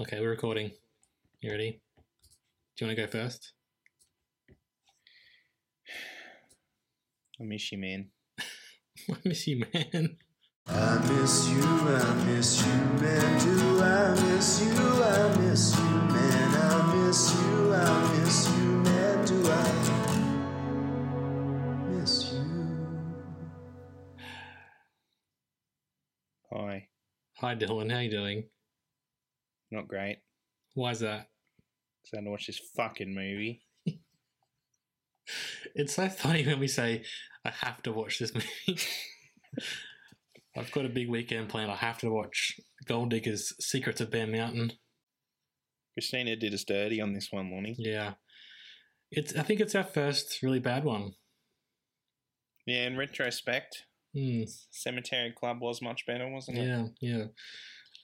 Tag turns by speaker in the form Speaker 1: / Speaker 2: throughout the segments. Speaker 1: Okay, we're recording. You ready? Do you want to go first?
Speaker 2: I miss you, man.
Speaker 1: I miss you, man.
Speaker 3: I miss you, I miss you, man. Do I miss you? I miss you, man. I miss you, I miss you, man. Do I miss you?
Speaker 2: Hi.
Speaker 1: Hi, Dylan. How you doing?
Speaker 2: Not great.
Speaker 1: Why's that?
Speaker 2: Because I had to watch this fucking movie.
Speaker 1: It's so funny when we say, I have to watch this movie. I've got a big weekend planned. I have to watch Gold Diggers Secrets of Bear Mountain.
Speaker 2: Christina did us dirty on this one, Lonnie.
Speaker 1: Yeah. It's. I think it's our first really bad one.
Speaker 2: Yeah, in retrospect,
Speaker 1: Hmm.
Speaker 2: Cemetery Club was much better, wasn't it?
Speaker 1: Yeah, yeah.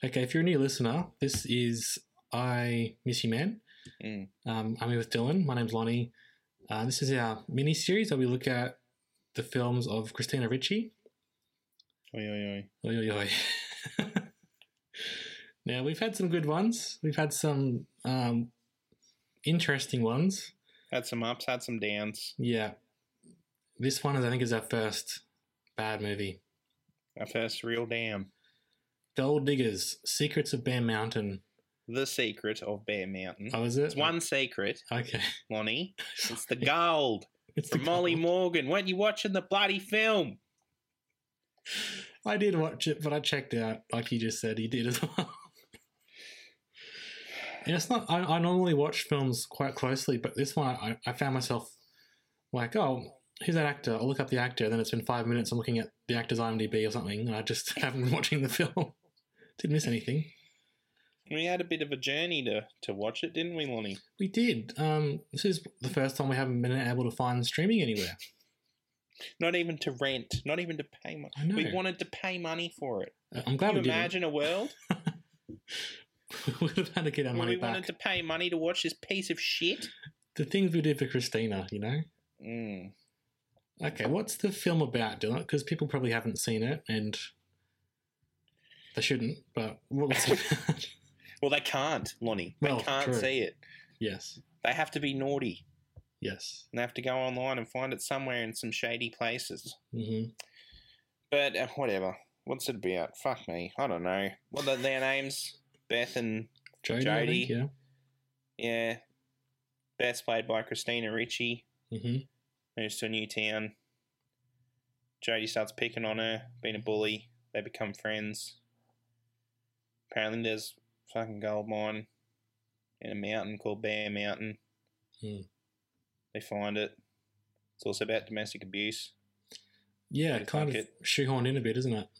Speaker 1: Okay, if you're a new listener, this is I Miss You Man.
Speaker 2: Mm.
Speaker 1: Um, I'm here with Dylan. My name's Lonnie. Uh, this is our mini series where we look at the films of Christina Ricci.
Speaker 2: Oi, oi, oi.
Speaker 1: Oi, oi, oi. now, we've had some good ones. We've had some um, interesting ones.
Speaker 2: Had some ups, had some downs.
Speaker 1: Yeah. This one, is, I think, is our first bad movie.
Speaker 2: Our first real damn.
Speaker 1: Gold Diggers, Secrets of Bear Mountain.
Speaker 2: The Secret of Bear Mountain.
Speaker 1: Oh, is it?
Speaker 2: It's one secret,
Speaker 1: Okay.
Speaker 2: Lonnie. It's the gold
Speaker 1: It's
Speaker 2: from Molly
Speaker 1: gold.
Speaker 2: Morgan. Weren't you watching the bloody film?
Speaker 1: I did watch it, but I checked out, like you just said, he did as well. and it's not, I, I normally watch films quite closely, but this one I, I found myself like, oh, who's that actor? I'll look up the actor. Then it's been five minutes, I'm looking at the actor's IMDb or something, and I just haven't been watching the film. Didn't miss anything.
Speaker 2: We had a bit of a journey to, to watch it, didn't we, Lonnie?
Speaker 1: We did. Um, this is the first time we haven't been able to find streaming anywhere.
Speaker 2: Not even to rent, not even to pay money.
Speaker 1: I know.
Speaker 2: We wanted to pay money for it.
Speaker 1: Uh, I'm glad
Speaker 2: Can you
Speaker 1: we
Speaker 2: imagine a world?
Speaker 1: didn't. we would have had to get our
Speaker 2: Well,
Speaker 1: money
Speaker 2: we
Speaker 1: back.
Speaker 2: wanted to pay money to watch this piece of shit.
Speaker 1: The things we did for Christina, you know?
Speaker 2: Mm.
Speaker 1: Okay, what's the film about, Dylan? Because people probably haven't seen it, and they shouldn't. But what was it about?
Speaker 2: Well, they can't, Lonnie. They
Speaker 1: Well,
Speaker 2: can't
Speaker 1: true.
Speaker 2: see it.
Speaker 1: yes,
Speaker 2: They have to be naughty.
Speaker 1: yes.
Speaker 2: And they have to go online and find it somewhere in some shady places.
Speaker 1: hmm
Speaker 2: But uh, whatever. What's it about? Fuck me. I don't know. What are their names? Beth and.
Speaker 1: Jodie, I think,
Speaker 2: Jodie.
Speaker 1: yeah.
Speaker 2: Yeah. Beth's played by Christina Ricci,
Speaker 1: hmm
Speaker 2: moves to a new town. Jodie starts picking on her, being a bully. They become friends. Apparently, there's fucking gold mine in a mountain called Bear Mountain.
Speaker 1: Hmm.
Speaker 2: They find it. It's also about domestic abuse.
Speaker 1: Yeah,
Speaker 2: It's
Speaker 1: kind
Speaker 2: like
Speaker 1: of shoehorned in a bit, isn't it?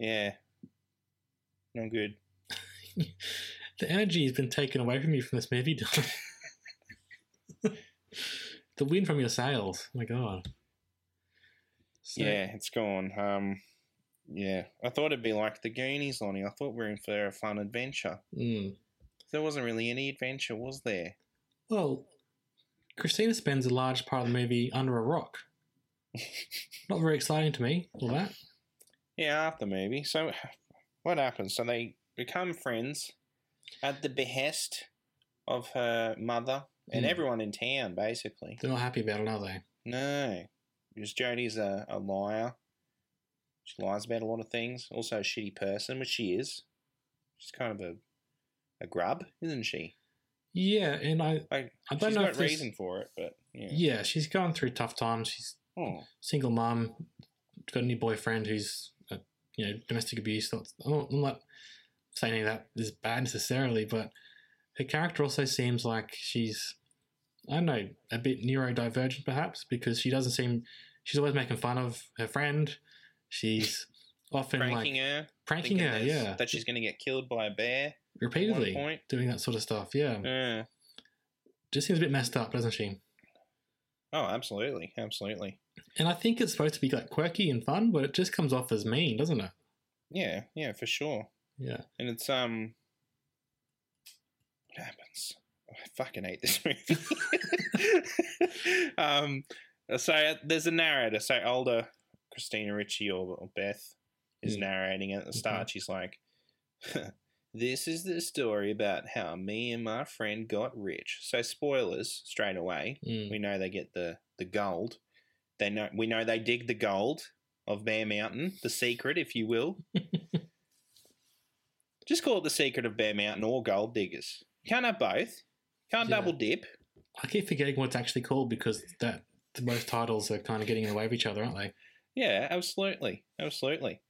Speaker 2: Yeah. Not good.
Speaker 1: The energy has been taken away from you from this movie, Dylan. the wind from your sails. my God. So,
Speaker 2: yeah, it's gone. Um, yeah. I thought it'd be like the Goonies, Lonnie. I thought we were in for a fun adventure.
Speaker 1: mm.
Speaker 2: There wasn't really any adventure, was there?
Speaker 1: Well, Christina spends a large part of the movie under a rock. Not very exciting to me. All that.
Speaker 2: Yeah, after maybe. So, what happens? So they become friends at the behest of her mother and
Speaker 1: Hmm.
Speaker 2: everyone in town, basically.
Speaker 1: They're not happy about it, are they?
Speaker 2: No, because Jodie's a, a liar. She lies about a lot of things. Also, a shitty person, which she is. She's kind of a a grub, isn't she?
Speaker 1: Yeah, and I
Speaker 2: Like,
Speaker 1: I don't
Speaker 2: she's
Speaker 1: know
Speaker 2: got
Speaker 1: if this-
Speaker 2: reason for it, but yeah.
Speaker 1: yeah, she's going through tough times. She's
Speaker 2: Oh,
Speaker 1: single mum, got a new boyfriend who's uh, you know domestic abuse. Not, I'm not- I'm not saying any of that is bad necessarily, but her character also seems like she's I don't know a bit neurodivergent perhaps because she doesn't seem she's always making fun of her friend. She's often
Speaker 2: pranking
Speaker 1: like
Speaker 2: her,
Speaker 1: pranking
Speaker 2: thinking
Speaker 1: her,
Speaker 2: there's-
Speaker 1: yeah,
Speaker 2: that she's gonna get killed by a bear.
Speaker 1: repeatedly
Speaker 2: point.
Speaker 1: doing that sort of stuff. Yeah,
Speaker 2: Yeah.
Speaker 1: just seems a bit messed up, doesn't she?
Speaker 2: Oh, absolutely, absolutely.
Speaker 1: And I think it's supposed to be like quirky and fun, but it just comes off as mean, doesn't it?
Speaker 2: Yeah, yeah, for sure.
Speaker 1: Yeah.
Speaker 2: And it's um, what happens? Oh, I fucking hate this movie. um, so there's a narrator. So older Christina Ritchie or, or Beth is
Speaker 1: Mm.
Speaker 2: narrating it at the start. She's like, "This is the story about how me and my friend got rich." So spoilers straight away.
Speaker 1: Mm.
Speaker 2: We know they get the the gold. They know we know they dig the gold of Bear Mountain, the secret, if you will. Just call it the secret of Bear Mountain or gold diggers. Can't have both. Can't
Speaker 1: Yeah.
Speaker 2: double dip.
Speaker 1: I keep forgetting what it's actually called because that most titles are kind of getting in the way of each other, aren't they?
Speaker 2: Yeah, absolutely, absolutely.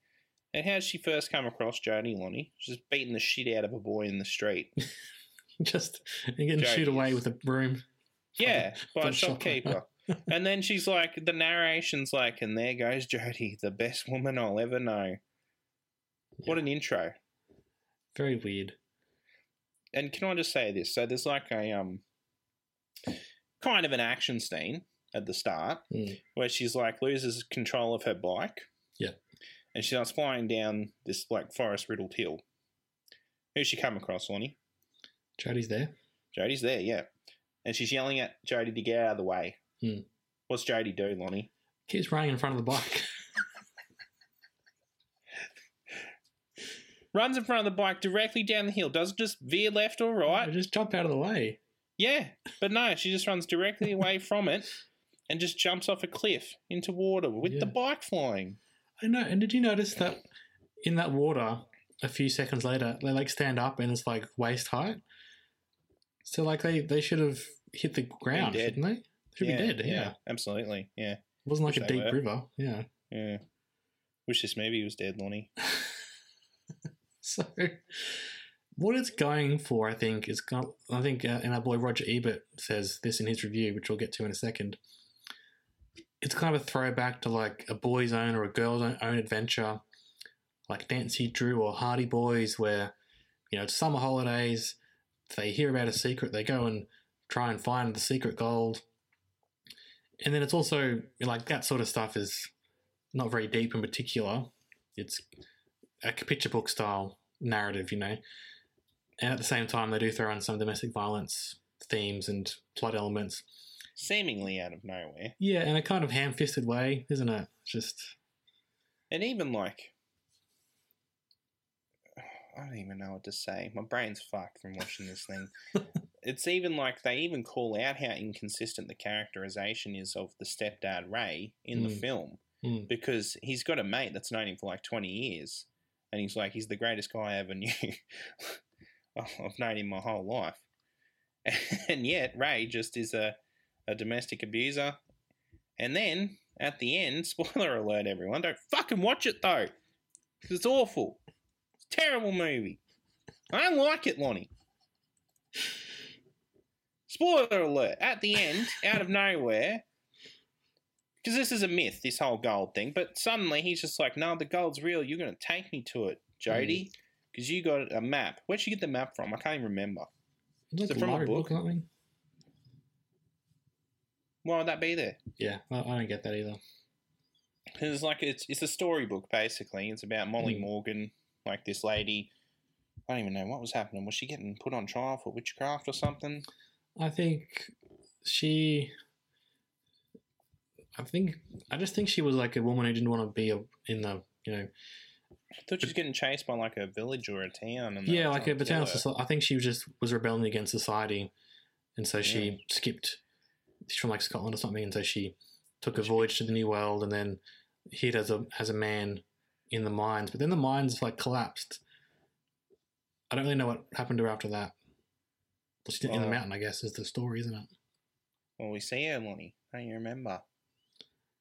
Speaker 2: And how'd she first come across Jodie Lonnie? She's beating the shit out of a boy in the street.
Speaker 1: Just and getting
Speaker 2: Joke
Speaker 1: shoot away
Speaker 2: is-
Speaker 1: with a broom.
Speaker 2: Yeah, by a
Speaker 1: From Shopper.
Speaker 2: shopkeeper. and then she's like, the narration's like, and there goes Jodie, the best woman I'll ever know. What an intro.
Speaker 1: Very weird.
Speaker 2: and can I just say this? So there's like a um kind of an action scene at the start
Speaker 1: Mm.
Speaker 2: where she's like loses control of her bike.
Speaker 1: Yeah.
Speaker 2: And she starts flying down this like forest riddled hill. Who's she come across, Lonnie?
Speaker 1: Jody's there.
Speaker 2: Jody's there, yeah. And she's yelling at Jody to get out of the way.
Speaker 1: Mm.
Speaker 2: What's Jody do, Lonnie?
Speaker 1: Keeps running in front of the bike.
Speaker 2: Runs in front of the bike directly down the hill. Doesn't just veer left or right.
Speaker 1: Just jump out of the way.
Speaker 2: Yeah, but no, she just runs directly away from it and just jumps off a cliff into water with the
Speaker 1: Yeah.
Speaker 2: bike flying.
Speaker 1: I know. And did you notice that in that water, a few seconds later, they like stand up and it's like waist height. So like they they should have hit the ground,
Speaker 2: dead.
Speaker 1: shouldn't they? They should be dead. Yeah.
Speaker 2: absolutely. Yeah,
Speaker 1: It wasn't like
Speaker 2: Wish
Speaker 1: a
Speaker 2: they
Speaker 1: deep
Speaker 2: were.
Speaker 1: river. Yeah.
Speaker 2: yeah. Wish this movie was dead, Lonnie.
Speaker 1: So, what it's going for, I think, is kind of- I think, uh, and our boy Roger Ebert says this in his review, which we'll get to in a second. It's kind of a throwback to like a boy's own or a girl's own, own adventure, like Nancy Drew or Hardy Boys, where you know it's summer holidays, they hear about a secret, they go and try and find the secret gold, and then it's also like that sort of stuff is not very deep in particular. It's a picture book style narrative, you know. And at the same time, they do throw in some domestic violence themes and plot elements.
Speaker 2: Seemingly out of nowhere,
Speaker 1: Yeah, in a kind of ham fisted way, isn't it? Just,
Speaker 2: and even like. I don't even know what to say. My brain's fucked from watching this thing. it's even like they even call out how inconsistent the characterization is of the stepdad Ray in the
Speaker 1: Mm.
Speaker 2: film.
Speaker 1: mm,
Speaker 2: because he's got a mate that's known him for like 20 years and he's like he's the greatest guy i ever knew i've known him my whole life and yet ray just is a, a domestic abuser and then at the end spoiler alert everyone don't fucking watch it though 'cause it's awful it's a terrible movie i don't like it lonnie spoiler alert at the end out of nowhere because this is a myth, this whole gold thing. But suddenly he's just like, no, the gold's real. You're going to take me to it, Jody, because you got a map. Where'd you get the map from? I can't even remember.
Speaker 1: like
Speaker 2: it from a
Speaker 1: lottery
Speaker 2: book?
Speaker 1: or something.
Speaker 2: Why would that be there?
Speaker 1: Yeah, I, I don't get that either.
Speaker 2: 'Cause It's like it's it's a storybook basically. It's about Molly
Speaker 1: Mm.
Speaker 2: Morgan, like this lady. I don't even know what was happening. Was she getting put on trial for witchcraft or something?
Speaker 1: I think she. I think I just think she was like a woman who didn't want to be a, in the you know
Speaker 2: I thought she was getting chased by like a village or a town. And they
Speaker 1: yeah
Speaker 2: were
Speaker 1: like a
Speaker 2: trying to kill
Speaker 1: paternal
Speaker 2: her.
Speaker 1: society. I think she was just was rebelling against society, and so she
Speaker 2: Yeah.
Speaker 1: skipped. She's from like Scotland or something, and so she took a
Speaker 2: She-
Speaker 1: voyage to the New World, and then hid as a as a man in the mines. But then the mines like collapsed. I don't really know what happened to her after that. Well, she's in the
Speaker 2: Well-
Speaker 1: mountain, I guess, is the story, isn't it?
Speaker 2: Well, we see her, Lonnie. Don't you remember?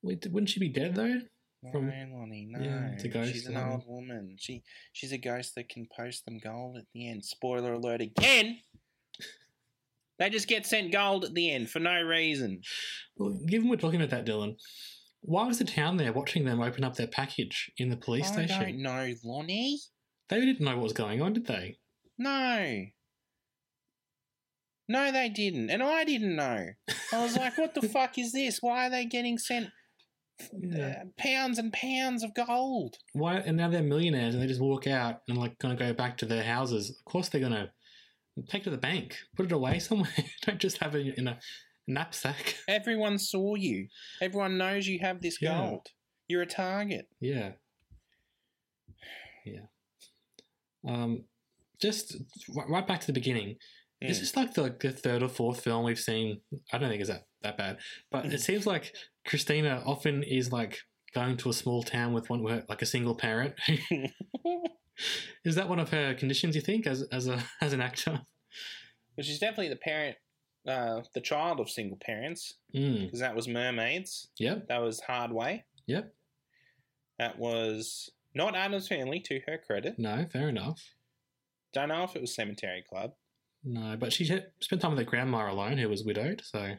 Speaker 1: Wait, wouldn't she be dead though? From-
Speaker 2: no, Lonnie, no.
Speaker 1: yeah, it's a
Speaker 2: she's
Speaker 1: ghost,
Speaker 2: an
Speaker 1: Lonnie.
Speaker 2: old woman. She she's a ghost that can post them gold at the end. Spoiler alert again. They just get sent gold at the end for no reason.
Speaker 1: Well, given we're talking about that, Dylan, Why was the town there watching them open up their package in the police
Speaker 2: I
Speaker 1: station?
Speaker 2: don't know, Lonnie.
Speaker 1: They didn't know what was going on, did they?
Speaker 2: No. No, they didn't. And I didn't know. I was like, what the fuck is this? Why are they getting sent
Speaker 1: Yeah.
Speaker 2: uh, pounds and pounds of gold?
Speaker 1: Why? And now they're millionaires, and they just walk out and like gonna go back to their houses. Of course, they're gonna take it to the bank, put it away somewhere. don't just have it in a knapsack.
Speaker 2: Everyone saw you. Everyone knows you have this
Speaker 1: Yeah.
Speaker 2: gold. You're a target.
Speaker 1: Yeah. Yeah. Um, just ri- right back to the beginning. This
Speaker 2: Mm.
Speaker 1: is like the, the third or fourth film we've seen. I don't think it's that, that bad, but it seems like Christina often is like going to a small town with one like a single parent. is that one of her conditions? You think as as a as an actor?
Speaker 2: But she's definitely the parent, uh, the child of single parents,
Speaker 1: Mm.
Speaker 2: because that was Mermaids.
Speaker 1: Yep.
Speaker 2: That was Hard Way.
Speaker 1: Yep.
Speaker 2: That was not Adam's Family, to her credit.
Speaker 1: No, fair enough.
Speaker 2: Don't know if it was Cemetery Club.
Speaker 1: No, but she had spent time with her grandma alone, who was widowed. So,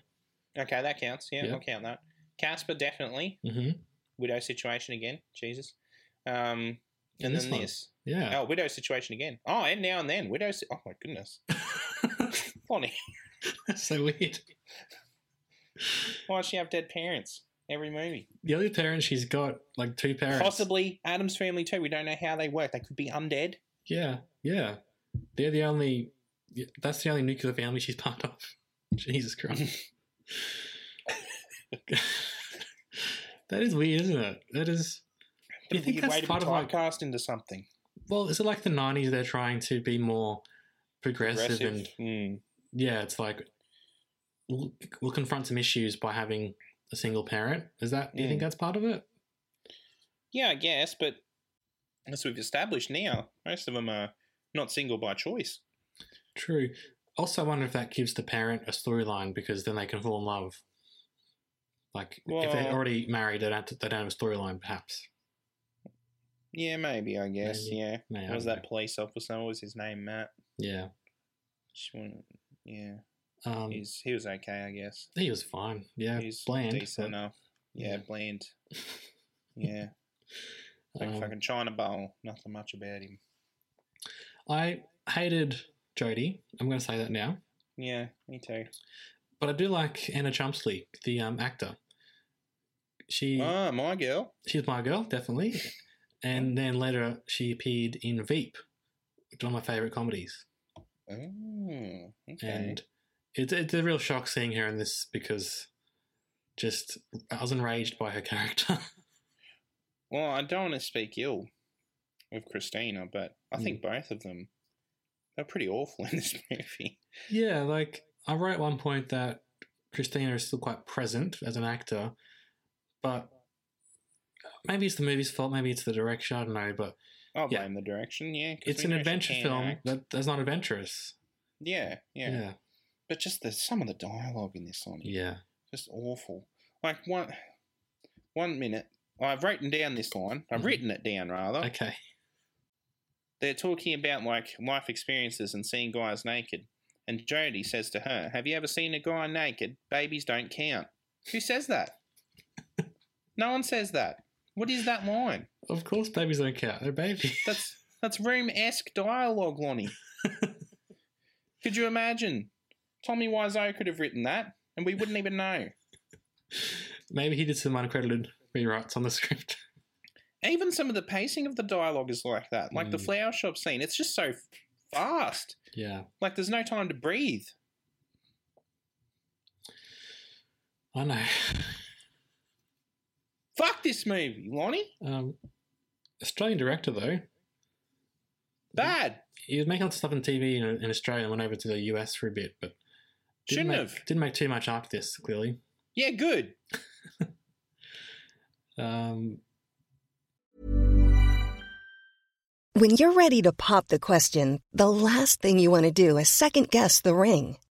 Speaker 2: Okay, that counts. Yeah,
Speaker 1: Yeah.
Speaker 2: I'll count that. Casper, definitely.
Speaker 1: hmm
Speaker 2: Widow Situation again. Jesus. Um, and
Speaker 1: And this
Speaker 2: then
Speaker 1: one.
Speaker 2: this.
Speaker 1: yeah.
Speaker 2: Oh, Widow Situation again. Oh, and now and then. Widow. Si- oh, my goodness. Bonnie,
Speaker 1: so weird.
Speaker 2: why does she have dead parents? Every movie.
Speaker 1: The other parent she's got like two parents.
Speaker 2: Possibly Adam's Family, too. We don't know how they work. They could be undead.
Speaker 1: Yeah, yeah. They're the only. yeah, That's the only nuclear family she's part of. Jesus Christ. that is weird, isn't it? That is. Do you think
Speaker 2: Weird
Speaker 1: that's
Speaker 2: way to be
Speaker 1: part of, like-
Speaker 2: typecast into something.
Speaker 1: Well, is it like the '90s? They're trying to be more progressive, and
Speaker 2: Mm.
Speaker 1: yeah, it's like we'll, we'll confront some issues by having a single parent. Is that? Do you think
Speaker 2: Mm.
Speaker 1: that's part of it?
Speaker 2: Yeah, I guess, but as we've established now, most of them are not single by choice.
Speaker 1: True. Also, I wonder if that gives the parent a storyline because then they can fall in love. Like if they're
Speaker 2: Well-
Speaker 1: already married, they don't have to- they don't have a storyline. Perhaps.
Speaker 2: Yeah, maybe, I guess.
Speaker 1: Maybe.
Speaker 2: Yeah.
Speaker 1: May I
Speaker 2: What was
Speaker 1: don't
Speaker 2: that
Speaker 1: know.
Speaker 2: police officer? What was his name? Matt.
Speaker 1: Yeah.
Speaker 2: She wanted, yeah.
Speaker 1: Um,
Speaker 2: He's, he was okay, I guess.
Speaker 1: he was fine. Yeah,
Speaker 2: He's
Speaker 1: bland.
Speaker 2: decent
Speaker 1: but,
Speaker 2: enough. Yeah,
Speaker 1: yeah.
Speaker 2: bland. Yeah. Like
Speaker 1: um,
Speaker 2: fucking China Bowl. Nothing much about him.
Speaker 1: I hated Jodie. I'm going to say that now,
Speaker 2: Yeah, me too.
Speaker 1: but I do like Anna Chumsley, the um, actor. She
Speaker 2: Ah, my girl.
Speaker 1: she's my girl, definitely. And then later she appeared in Veep, which is one of my favorite comedies.
Speaker 2: Oh, okay.
Speaker 1: and it's it's a real shock seeing her in this because just I was enraged by her character.
Speaker 2: Well, I don't want to speak ill of Christina, but I
Speaker 1: Mm.
Speaker 2: think both of them are pretty awful in this movie.
Speaker 1: yeah, like I wrote at one point that Christina is still quite present as an actor, but maybe it's the movie's fault, maybe it's the direction, I don't know, but
Speaker 2: I'll
Speaker 1: Yeah.
Speaker 2: blame the direction, yeah. 'cause
Speaker 1: it's
Speaker 2: we
Speaker 1: an
Speaker 2: know she
Speaker 1: adventure
Speaker 2: can
Speaker 1: film
Speaker 2: act.
Speaker 1: that, that's not adventurous.
Speaker 2: Yeah, yeah,
Speaker 1: Yeah.
Speaker 2: But just the some of the dialogue in this one,
Speaker 1: Yeah.
Speaker 2: just awful. Like one, one minute, I've written down this line. I've
Speaker 1: Mhm.
Speaker 2: written it down rather.
Speaker 1: Okay.
Speaker 2: They're talking about like life experiences and seeing guys naked. And Jody says to her, "Have you ever seen a guy naked? Babies don't count." Who says that? no one says that. What is that line?
Speaker 1: Of course babies don't count. They're babies.
Speaker 2: That's that's room esque dialogue, Lonnie. could you imagine? Tommy Wiseau could have written that, and we wouldn't even know.
Speaker 1: maybe he did some uncredited rewrites on the script.
Speaker 2: Even some of the pacing of the dialogue is like that, like the
Speaker 1: Mm.
Speaker 2: flower shop scene. It's just so fast.
Speaker 1: yeah.
Speaker 2: Like there's no time to breathe.
Speaker 1: I know.
Speaker 2: Fuck this movie, Lonnie.
Speaker 1: Um Australian director though.
Speaker 2: Bad.
Speaker 1: he was making lots of stuff on TV in, in Australia and went over to the US for a bit, but didn't
Speaker 2: Shouldn't
Speaker 1: make,
Speaker 2: have.
Speaker 1: didn't make too much after this. Clearly,
Speaker 2: Yeah, good.
Speaker 1: um,
Speaker 4: When you're ready to pop the question, the last thing you want to do is second guess the ring.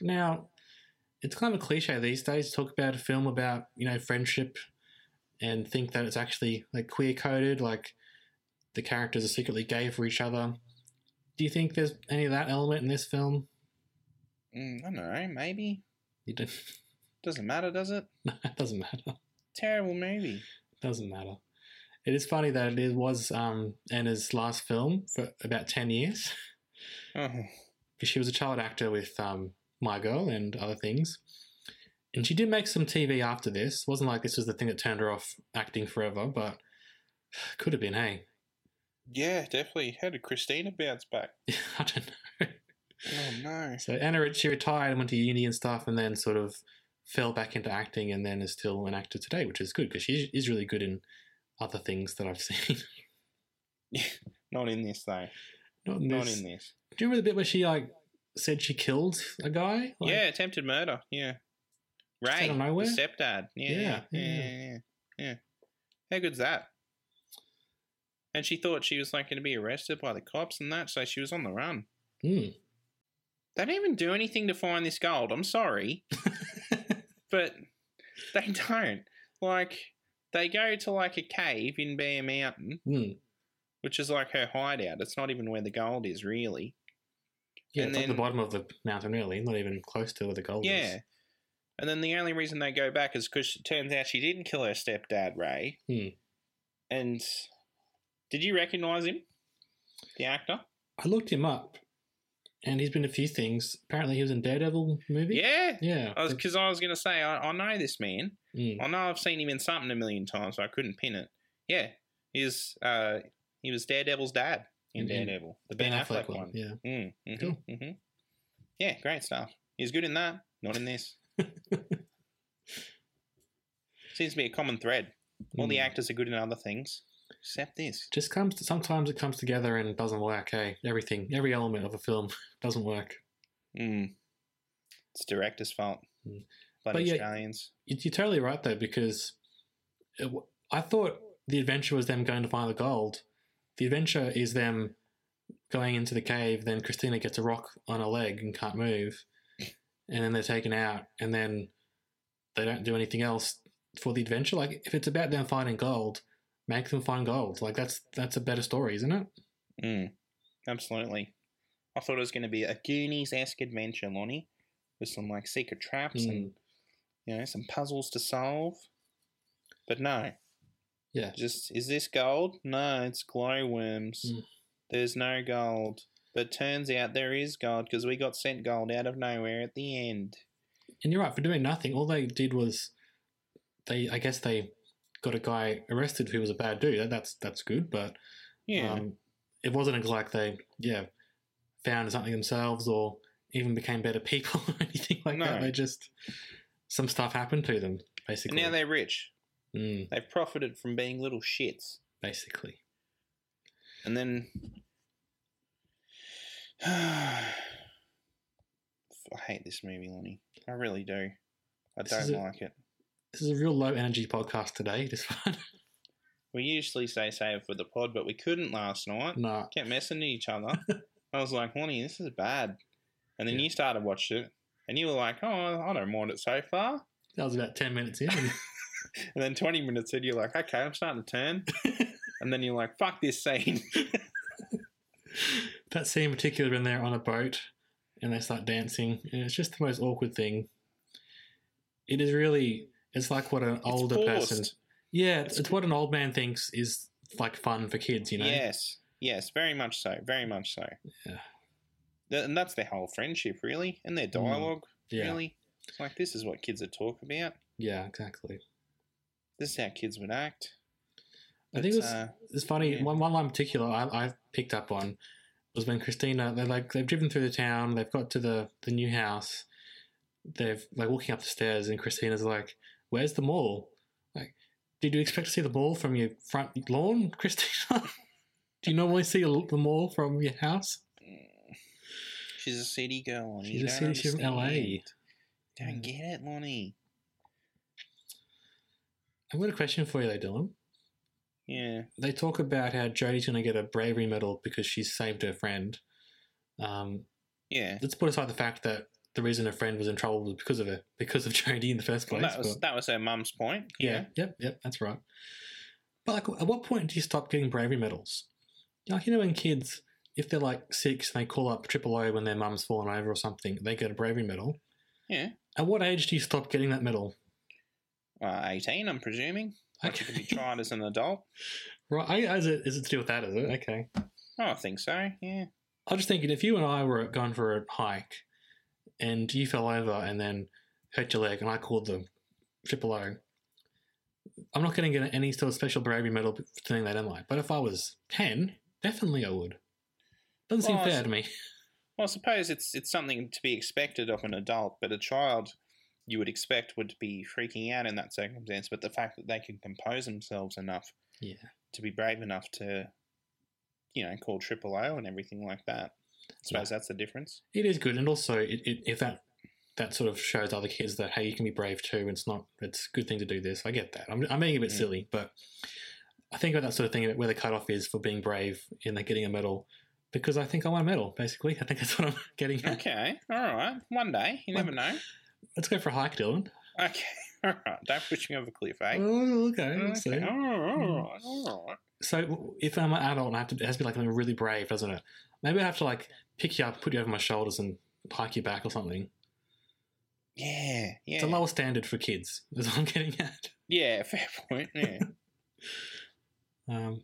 Speaker 1: Now, it's kind of a cliche these days to talk about a film about, you know, friendship and think that it's actually like queer coded, like the characters are secretly gay for each other. Do you think there's any of that element in this film?
Speaker 2: Mm, I don't know, maybe.
Speaker 1: You don't,
Speaker 2: Doesn't matter, does it?
Speaker 1: no, it doesn't matter.
Speaker 2: Terrible movie.
Speaker 1: doesn't matter. It is funny that it was um, Anna's last film for about 10 years.
Speaker 2: Oh,
Speaker 1: because she was a child actor with um, My Girl and other things. And she did make some TV after this. wasn't like this was the thing that turned her off acting forever, but could have been. Hey,
Speaker 2: yeah, definitely. How did Christina bounce back?
Speaker 1: I don't know.
Speaker 2: Oh no.
Speaker 1: So Anna, she retired and went to uni and stuff, and then sort of fell back into acting, and then is still an actor today, which is good because she is really good in other things that I've seen.
Speaker 2: Not in this though.
Speaker 1: Not in
Speaker 2: Not
Speaker 1: this.
Speaker 2: in this.
Speaker 1: Do you remember the bit where she like said she killed a guy? Like,
Speaker 2: yeah, attempted murder. Yeah.
Speaker 1: out
Speaker 2: Ray,
Speaker 1: of
Speaker 2: the
Speaker 1: nowhere?
Speaker 2: stepdad. Yeah, yeah,
Speaker 1: Yeah,
Speaker 2: yeah, yeah,
Speaker 1: yeah.
Speaker 2: yeah, yeah. How good's that? And she thought she was like going to be arrested by the cops and that, so she was on the run.
Speaker 1: Mm.
Speaker 2: They don't even do anything to find this gold. I'm sorry, but they don't. Like they go to like a cave in Bear Mountain,
Speaker 1: Mm.
Speaker 2: which is like her hideout. It's not even where the gold is really.
Speaker 1: Yeah,
Speaker 2: And
Speaker 1: it's at the
Speaker 2: then-
Speaker 1: bottom of the mountain, really, not even close to where the gold is.
Speaker 2: Yeah. And then the only reason they go back is because it turns out she didn't kill her stepdad, Ray.
Speaker 1: Hmm.
Speaker 2: And did you recognize him? The actor?
Speaker 1: I looked him up, and he's been in a few things. Apparently, he was in Daredevil movie.
Speaker 2: Yeah.
Speaker 1: yeah.
Speaker 2: Because I was, going to say, I, I know this man.
Speaker 1: Mm.
Speaker 2: I know I've seen him in something a million times, but I couldn't pin it. Yeah. He was, uh, he was Daredevil's dad
Speaker 1: In-
Speaker 2: in
Speaker 1: in
Speaker 2: Daredevil, the Ben, Affleck, one.
Speaker 1: Yeah.
Speaker 2: Mm, mhm,
Speaker 1: Cool.
Speaker 2: mhm. Yeah, great stuff. He's good in that, not in this. Seems to be a common thread. All the
Speaker 1: Mm.
Speaker 2: actors are good in other things, except this.
Speaker 1: Just comes. To, sometimes it comes together and doesn't work. Hey, everything, every element of a film doesn't work.
Speaker 2: Mm. It's director's fault.
Speaker 1: Mm.
Speaker 2: Bloody
Speaker 1: But yeah-
Speaker 2: Australians.
Speaker 1: You- You're totally right though, because it, w- I thought the adventure was them going to find the gold. The adventure is them going into the cave. Then Christina gets a rock on her leg and can't move, and then they're taken out, and then they don't do anything else for the adventure. Like if it's about them finding gold, make them find gold. Like that's that's a better story, isn't it?
Speaker 2: Mm. Absolutely. I thought it was going to be a Goonies esque adventure, Lonnie, with some like secret traps
Speaker 1: Mm.
Speaker 2: and
Speaker 1: Hmm.
Speaker 2: you know some puzzles to solve. But no,
Speaker 1: Yeah.
Speaker 2: Just is this gold? No, it's glowworms.
Speaker 1: Mm.
Speaker 2: There's no gold. But turns out there is gold because we got sent gold out of nowhere at the end.
Speaker 1: And you're right, for doing nothing, all they did was they I guess they got a guy arrested who was a bad dude. That- That's that's good, but
Speaker 2: Yeah.
Speaker 1: um, it wasn't like they yeah found something themselves or even became better people or anything like that.
Speaker 2: No.
Speaker 1: They just some stuff happened to them
Speaker 2: and
Speaker 1: basically.
Speaker 2: now they're rich.
Speaker 1: mm,
Speaker 2: They've profited from being little shits.
Speaker 1: basically.
Speaker 2: And then. I hate this movie, Lonnie. I really do. I
Speaker 1: This is
Speaker 2: don't
Speaker 1: a-
Speaker 2: like it.
Speaker 1: This is a real low energy podcast today. This one,
Speaker 2: We usually say save for the pod, but we couldn't last night.
Speaker 1: no,
Speaker 2: kept messaging each other. I was like, Lonnie, this is bad. And then you started watching it, and you were like, oh, I don't mind it so far.
Speaker 1: that was about ten minutes in.
Speaker 2: And then 20 minutes in, you're like, okay, I'm starting to turn. and then you're like, fuck this scene.
Speaker 1: that scene in particular when they're on a boat and they start dancing and it's just the most awkward thing it is really it's like what an older person
Speaker 2: forced.
Speaker 1: yeah it's, it's what an old man thinks is like fun for kids you know
Speaker 2: Yes, yes, very much so, very much so.
Speaker 1: Yeah. Mm,
Speaker 2: Th- and that's their whole friendship, really, and their dialogue,
Speaker 1: yeah,
Speaker 2: really. It's like, this is what kids are talking about.
Speaker 1: yeah exactly
Speaker 2: This is how kids would act.
Speaker 1: I think it was
Speaker 2: It's, uh,
Speaker 1: it's funny.
Speaker 2: yeah.
Speaker 1: One one line in particular I, I picked up on was when Christina they are like they've driven through the town. They've got to the the new house. They've like walking up the stairs, and Christina's like, "Where's the mall? Like, did you expect to see the mall from your front lawn, Christina? Do you normally see a- the mall from your house?
Speaker 2: She's a city girl. and you
Speaker 1: She's a city.
Speaker 2: don't
Speaker 1: She's from
Speaker 2: understand.
Speaker 1: LA.
Speaker 2: Don't get it, Lonnie.
Speaker 1: I've got a question for you, though, Dylan.
Speaker 2: Yeah.
Speaker 1: they talk about how Jodie's going to get a bravery medal because she saved her friend. Um,
Speaker 2: Yeah.
Speaker 1: let's put aside the fact that the reason her friend was in trouble was because of her, because of Jodie in the first
Speaker 2: Well,
Speaker 1: place.
Speaker 2: that was
Speaker 1: but-
Speaker 2: that was her mum's point.
Speaker 1: yeah,
Speaker 2: Yeah.
Speaker 1: yep, yep, that's right. But like, at what point do you stop getting bravery medals? Like you know, when kids, if they're like six and they call up Triple O when their mum's fallen over or something, they get a bravery medal.
Speaker 2: Yeah.
Speaker 1: At what age do you stop getting that medal?
Speaker 2: Uh, Eighteen, I'm presuming. Like you can be
Speaker 1: Okay.
Speaker 2: tried as an adult.
Speaker 1: Right, I, is it is it to do with that? Is it okay?
Speaker 2: Oh, I think so. Yeah.
Speaker 1: I was just thinking if you and I were going for a hike and you fell over and then hurt your leg and I called the triple O, I'm not going to get any sort of special bravery medal for something they don't like. But if I was 10, definitely I would. Doesn't
Speaker 2: Well,
Speaker 1: seem
Speaker 2: I
Speaker 1: fair
Speaker 2: s-
Speaker 1: to me.
Speaker 2: Well, I suppose it's it's something to be expected of an adult, but a child you would expect would be freaking out in that circumstance. But the fact that they can compose themselves enough
Speaker 1: Yeah.
Speaker 2: to be brave enough to, you know, call triple O and everything like that, I suppose that's the difference.
Speaker 1: It is good. And also, it, it, if that that sort of shows other kids that, hey, you can be brave too. It's not, it's a good thing to do this. I get that. I'm, I'm being a bit
Speaker 2: Mm.
Speaker 1: silly, but I think about that sort of thing about where the cutoff is for being brave in like getting a medal because I think I want a medal, basically. I think that's what I'm getting at.
Speaker 2: Okay, all right. One day, you never know.
Speaker 1: Let's go for a hike, Dylan.
Speaker 2: Okay, all right. Don't push me over a cliff, eh?
Speaker 1: Oh, okay. So,
Speaker 2: Okay, all right, all
Speaker 1: Mm.
Speaker 2: right, all right.
Speaker 1: so if I'm an adult and I have to, it has to be like something really brave, doesn't it? Maybe I have to like pick you up, put you over my shoulders, and hike you back or something.
Speaker 2: Yeah,
Speaker 1: It's a
Speaker 2: yeah,
Speaker 1: lower standard for kids, is what I'm getting at.
Speaker 2: yeah. Fair point. Yeah.
Speaker 1: Um,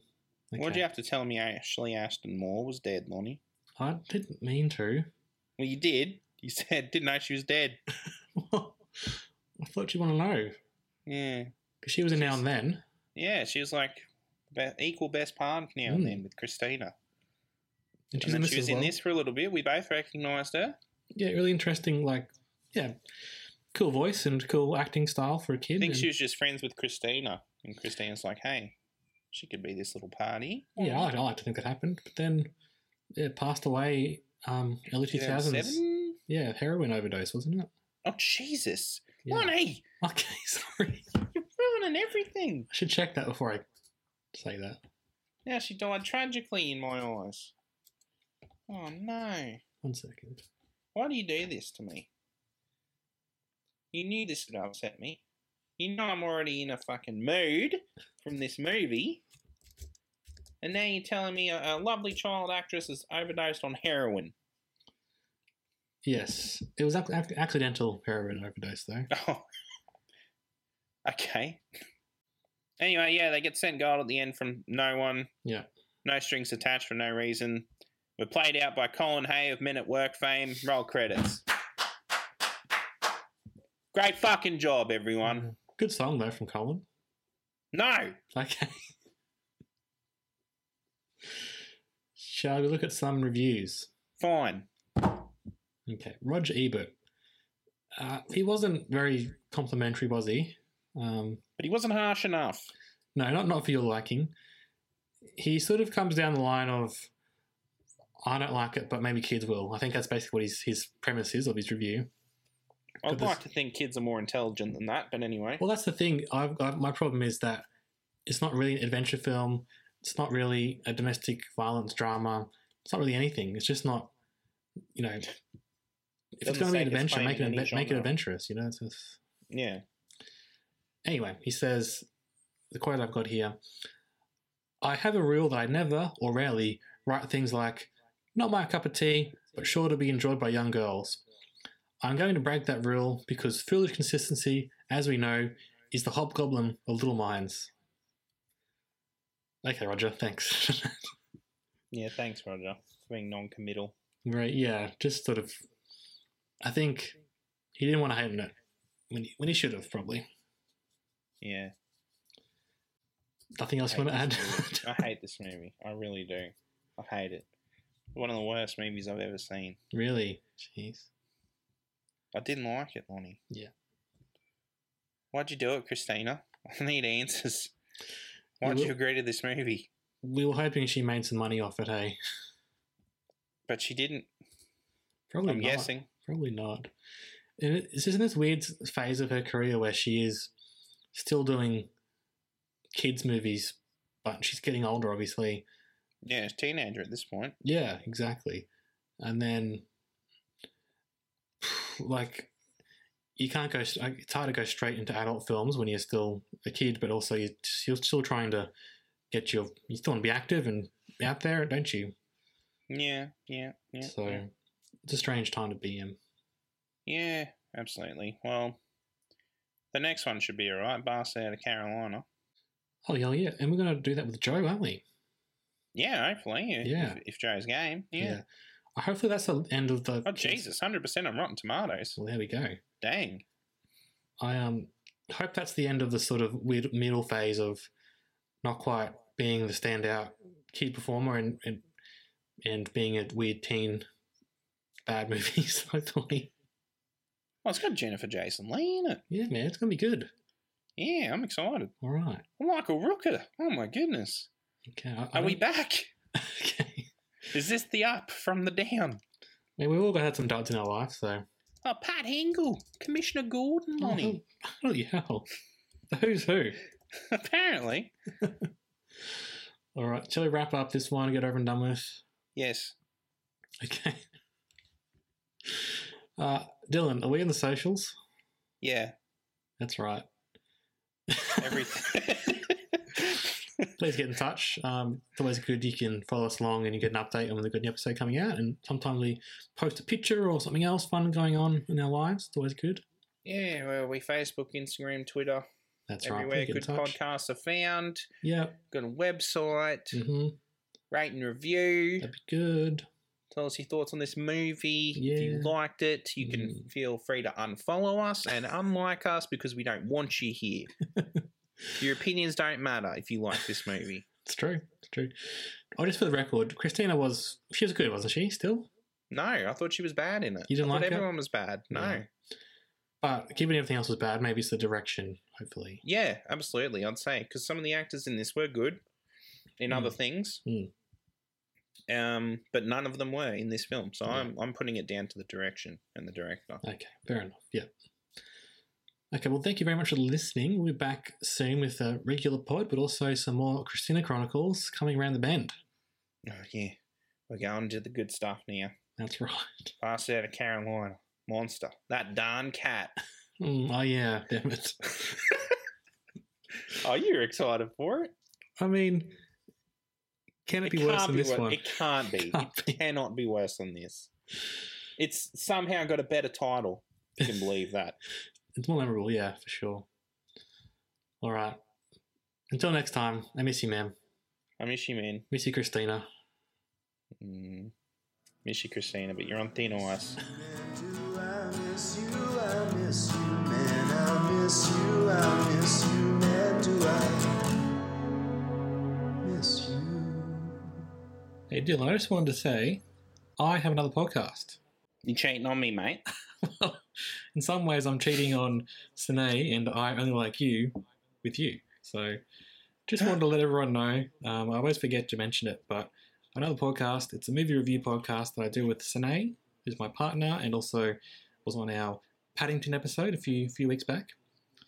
Speaker 2: What'd
Speaker 1: okay.
Speaker 2: you have to tell me? Ashley Ashton Moore was dead, Lonnie.
Speaker 1: I didn't mean to.
Speaker 2: Well, you did. You said didn't know she was dead.
Speaker 1: I thought you want to know
Speaker 2: Yeah,
Speaker 1: because she was in now and then.
Speaker 2: yeah. She was like be- equal best part now and
Speaker 1: Mm.
Speaker 2: then with Christina.
Speaker 1: And she's
Speaker 2: and
Speaker 1: in
Speaker 2: then
Speaker 1: this
Speaker 2: she was
Speaker 1: as
Speaker 2: in
Speaker 1: well.
Speaker 2: this for a little bit. We both recognised her.
Speaker 1: Yeah, really interesting. Like, yeah, cool voice and cool acting style for a kid.
Speaker 2: I think
Speaker 1: and-
Speaker 2: she was just friends with Christina, and Christina's like, "Hey, she could be this little party."
Speaker 1: yeah, I, I like to think that happened. But then it passed away um, early two thousands.
Speaker 2: 2007?
Speaker 1: Yeah, heroin overdose, wasn't it?
Speaker 2: Oh Jesus,
Speaker 1: Yeah.
Speaker 2: Lonnie,
Speaker 1: Okay, sorry. I
Speaker 2: you're ruining everything.
Speaker 1: should check that before I say that.
Speaker 2: Now she died tragically in my eyes. Oh no.
Speaker 1: One second.
Speaker 2: Why do you do this to me? You knew this would upset me. You know I'm already in a fucking mood from this movie. And now you're telling me a, a lovely child actress is overdosed on heroin.
Speaker 1: Yes, it was ac- ac- accidental heroin overdose, though.
Speaker 2: Oh. okay. Anyway, yeah, they get sent gold at the end from no one.
Speaker 1: Yeah.
Speaker 2: No strings attached for no reason. We're played out by Colin Hay of Men at Work fame. Roll credits. Great fucking job, everyone.
Speaker 1: Good song though from Colin.
Speaker 2: No.
Speaker 1: Okay. Shall we look at some reviews?
Speaker 2: Fine.
Speaker 1: Okay, Roger Ebert. Uh, he wasn't very complimentary, was he? Um,
Speaker 2: But he wasn't harsh enough.
Speaker 1: no, not not for your liking. He sort of comes down the line of, I don't like it, but maybe kids will. I think that's basically what his his premise is of his review. But
Speaker 2: I'd
Speaker 1: this-
Speaker 2: like to think kids are more intelligent than that, but anyway.
Speaker 1: Well, that's the thing. I've, i my problem is that it's not really an adventure film. It's not really a domestic violence drama. It's not really anything. It's just not, you know. If it's going to
Speaker 2: Doesn't
Speaker 1: be
Speaker 2: say
Speaker 1: an
Speaker 2: it's
Speaker 1: adventure,
Speaker 2: playing
Speaker 1: make it
Speaker 2: in
Speaker 1: an
Speaker 2: any
Speaker 1: adve- make it
Speaker 2: genre.
Speaker 1: adventurous. You know. It's just,
Speaker 2: yeah.
Speaker 1: anyway, he says the quote I've got here. I have a rule that I never or rarely write things like "not my cup of tea," but sure to be enjoyed by young girls. I'm going to break that rule because foolish consistency, as we know, is the hobgoblin of little minds. Okay, Roger. Thanks.
Speaker 2: Yeah, thanks, Roger, for being non committal.
Speaker 1: right? Yeah, just sort of. I think he didn't want to heighten it when he, when he should have probably.
Speaker 2: Yeah.
Speaker 1: Nothing else
Speaker 2: I
Speaker 1: you want to
Speaker 2: hate
Speaker 1: add?
Speaker 2: this movie. I hate this movie. I really do. I hate it. One of the worst movies I've ever seen.
Speaker 1: really? Jeez.
Speaker 2: I didn't like it, Lonnie.
Speaker 1: Yeah.
Speaker 2: Why'd you do it, Christina? I need answers.
Speaker 1: Yeah,
Speaker 2: Why'd
Speaker 1: well-
Speaker 2: you agree to this movie?
Speaker 1: We were hoping she made some money off it, hey?
Speaker 2: But she didn't.
Speaker 1: Probably
Speaker 2: I'm
Speaker 1: not.
Speaker 2: guessing.
Speaker 1: Probably not. And it- it's just in this weird phase of her career where she is still doing kids' movies, but she's getting older, obviously.
Speaker 2: Yeah, it's teenager at this point.
Speaker 1: Yeah, exactly. And then, like, you can't go. st- like, It's hard to go straight into adult films when you're still a kid, but also you're, just, you're still trying to get your. You still want to be active and out there, don't you?
Speaker 2: Yeah, yeah, yeah.
Speaker 1: so
Speaker 2: yeah.
Speaker 1: it's a strange time to be in.
Speaker 2: Yeah, absolutely. Well, the next one should be alright. Bass out of Carolina.
Speaker 1: Oh yeah, yeah. And we're gonna do that with Joe, aren't we?
Speaker 2: Yeah, hopefully. if-
Speaker 1: Yeah.
Speaker 2: If, if Joe's game. Yeah.
Speaker 1: Uh, Hopefully that's the end of the.
Speaker 2: Oh, Jesus. 100% on Rotten Tomatoes.
Speaker 1: Well, there we go.
Speaker 2: Dang.
Speaker 1: I um hope that's the end of the sort of weird middle phase of not quite being the standout kid performer and and, and being a weird teen bad movies. Hopefully,
Speaker 2: Well, it's got Jennifer Jason Lee in it.
Speaker 1: yeah, man, it's gonna be good.
Speaker 2: Yeah, I'm excited.
Speaker 1: All right,
Speaker 2: Michael Rooker. Oh, my goodness.
Speaker 1: okay. I, I
Speaker 2: Are we
Speaker 1: don't-
Speaker 2: back?
Speaker 1: okay.
Speaker 2: Is this the up from the down?
Speaker 1: I mean, we've all had some duds in our life, so
Speaker 2: Oh, Pat Hingle, Commissioner Gordon, Lonnie.
Speaker 1: Oh hell, the who's who?
Speaker 2: Apparently.
Speaker 1: All right, shall we wrap up this one and get over and done with?
Speaker 2: Yes.
Speaker 1: Okay. Uh, Dylan, are we in the socials?
Speaker 2: Yeah.
Speaker 1: That's right.
Speaker 2: Everything.
Speaker 1: please get in touch. Um, it's always good. You can follow us along and you get an update on when the good new episode coming out. And sometimes we post a picture or something else fun going on in our lives. It's always good.
Speaker 2: yeah, well, we Facebook, Instagram, Twitter,
Speaker 1: That's
Speaker 2: everywhere
Speaker 1: right. Please get in
Speaker 2: good
Speaker 1: touch.
Speaker 2: podcasts are found.
Speaker 1: Yeah.
Speaker 2: Got a website.
Speaker 1: hmm
Speaker 2: Rate and review.
Speaker 1: That'd be good.
Speaker 2: Tell us your thoughts on this movie. If you
Speaker 1: Yeah.
Speaker 2: liked it, you can
Speaker 1: Mm.
Speaker 2: feel free to unfollow us and unlike us because we don't want you here. your opinions don't matter if you like this movie.
Speaker 1: It's true. It's true. Oh, just for the record, Christina was she was good, wasn't she? Still,
Speaker 2: No, I thought she was bad in it.
Speaker 1: You didn't
Speaker 2: I thought
Speaker 1: like it?
Speaker 2: everyone was bad. No.
Speaker 1: No. but given everything else was bad, maybe it's the direction. Hopefully,
Speaker 2: Yeah, absolutely. I'd say because some of the actors in this were good in
Speaker 1: Mm.
Speaker 2: other things,
Speaker 1: Mm.
Speaker 2: um, but none of them were in this film. So
Speaker 1: Yeah.
Speaker 2: I'm I'm putting it down to the direction and the director.
Speaker 1: Okay, fair enough. Yeah. Okay, well, thank you very much for listening. We'll be back soon with a regular pod, but also some more Christina Chronicles coming around the bend.
Speaker 2: Oh, yeah, we're going to the good stuff now.
Speaker 1: That's right.
Speaker 2: Pass out of Carolina, monster. That darn cat.
Speaker 1: Mm, oh, yeah, damn it.
Speaker 2: oh, you're excited for it?
Speaker 1: I mean, can it, be worse
Speaker 2: can't
Speaker 1: than this
Speaker 2: wor-
Speaker 1: one?
Speaker 2: It can't be.
Speaker 1: Can't be.
Speaker 2: It cannot be worse than this. It's somehow got a better title. You can believe that.
Speaker 1: It's more memorable, yeah, for sure. All right. Until next time, I miss you, ma'am.
Speaker 2: I miss you, man.
Speaker 1: Miss you, Christina.
Speaker 2: Mm. Miss you, Christina, but you're on thin ice.
Speaker 3: Do I miss you? I miss you, man. I miss you. I miss you, man. Do I miss you?
Speaker 1: Hey, Dylan, I just wanted to say I have another podcast.
Speaker 2: You're cheating on me, mate.
Speaker 1: in some ways, I'm cheating on Sine and I only like you with you. So just wanted to let everyone know. Um, I always forget to mention it, but another podcast. It's a movie review podcast that I do with Sine, who's my partner, and also was on our Paddington episode a few few weeks back.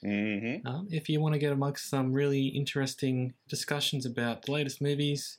Speaker 2: Mm-hmm.
Speaker 1: Um, if you want to get amongst some really interesting discussions about the latest movies,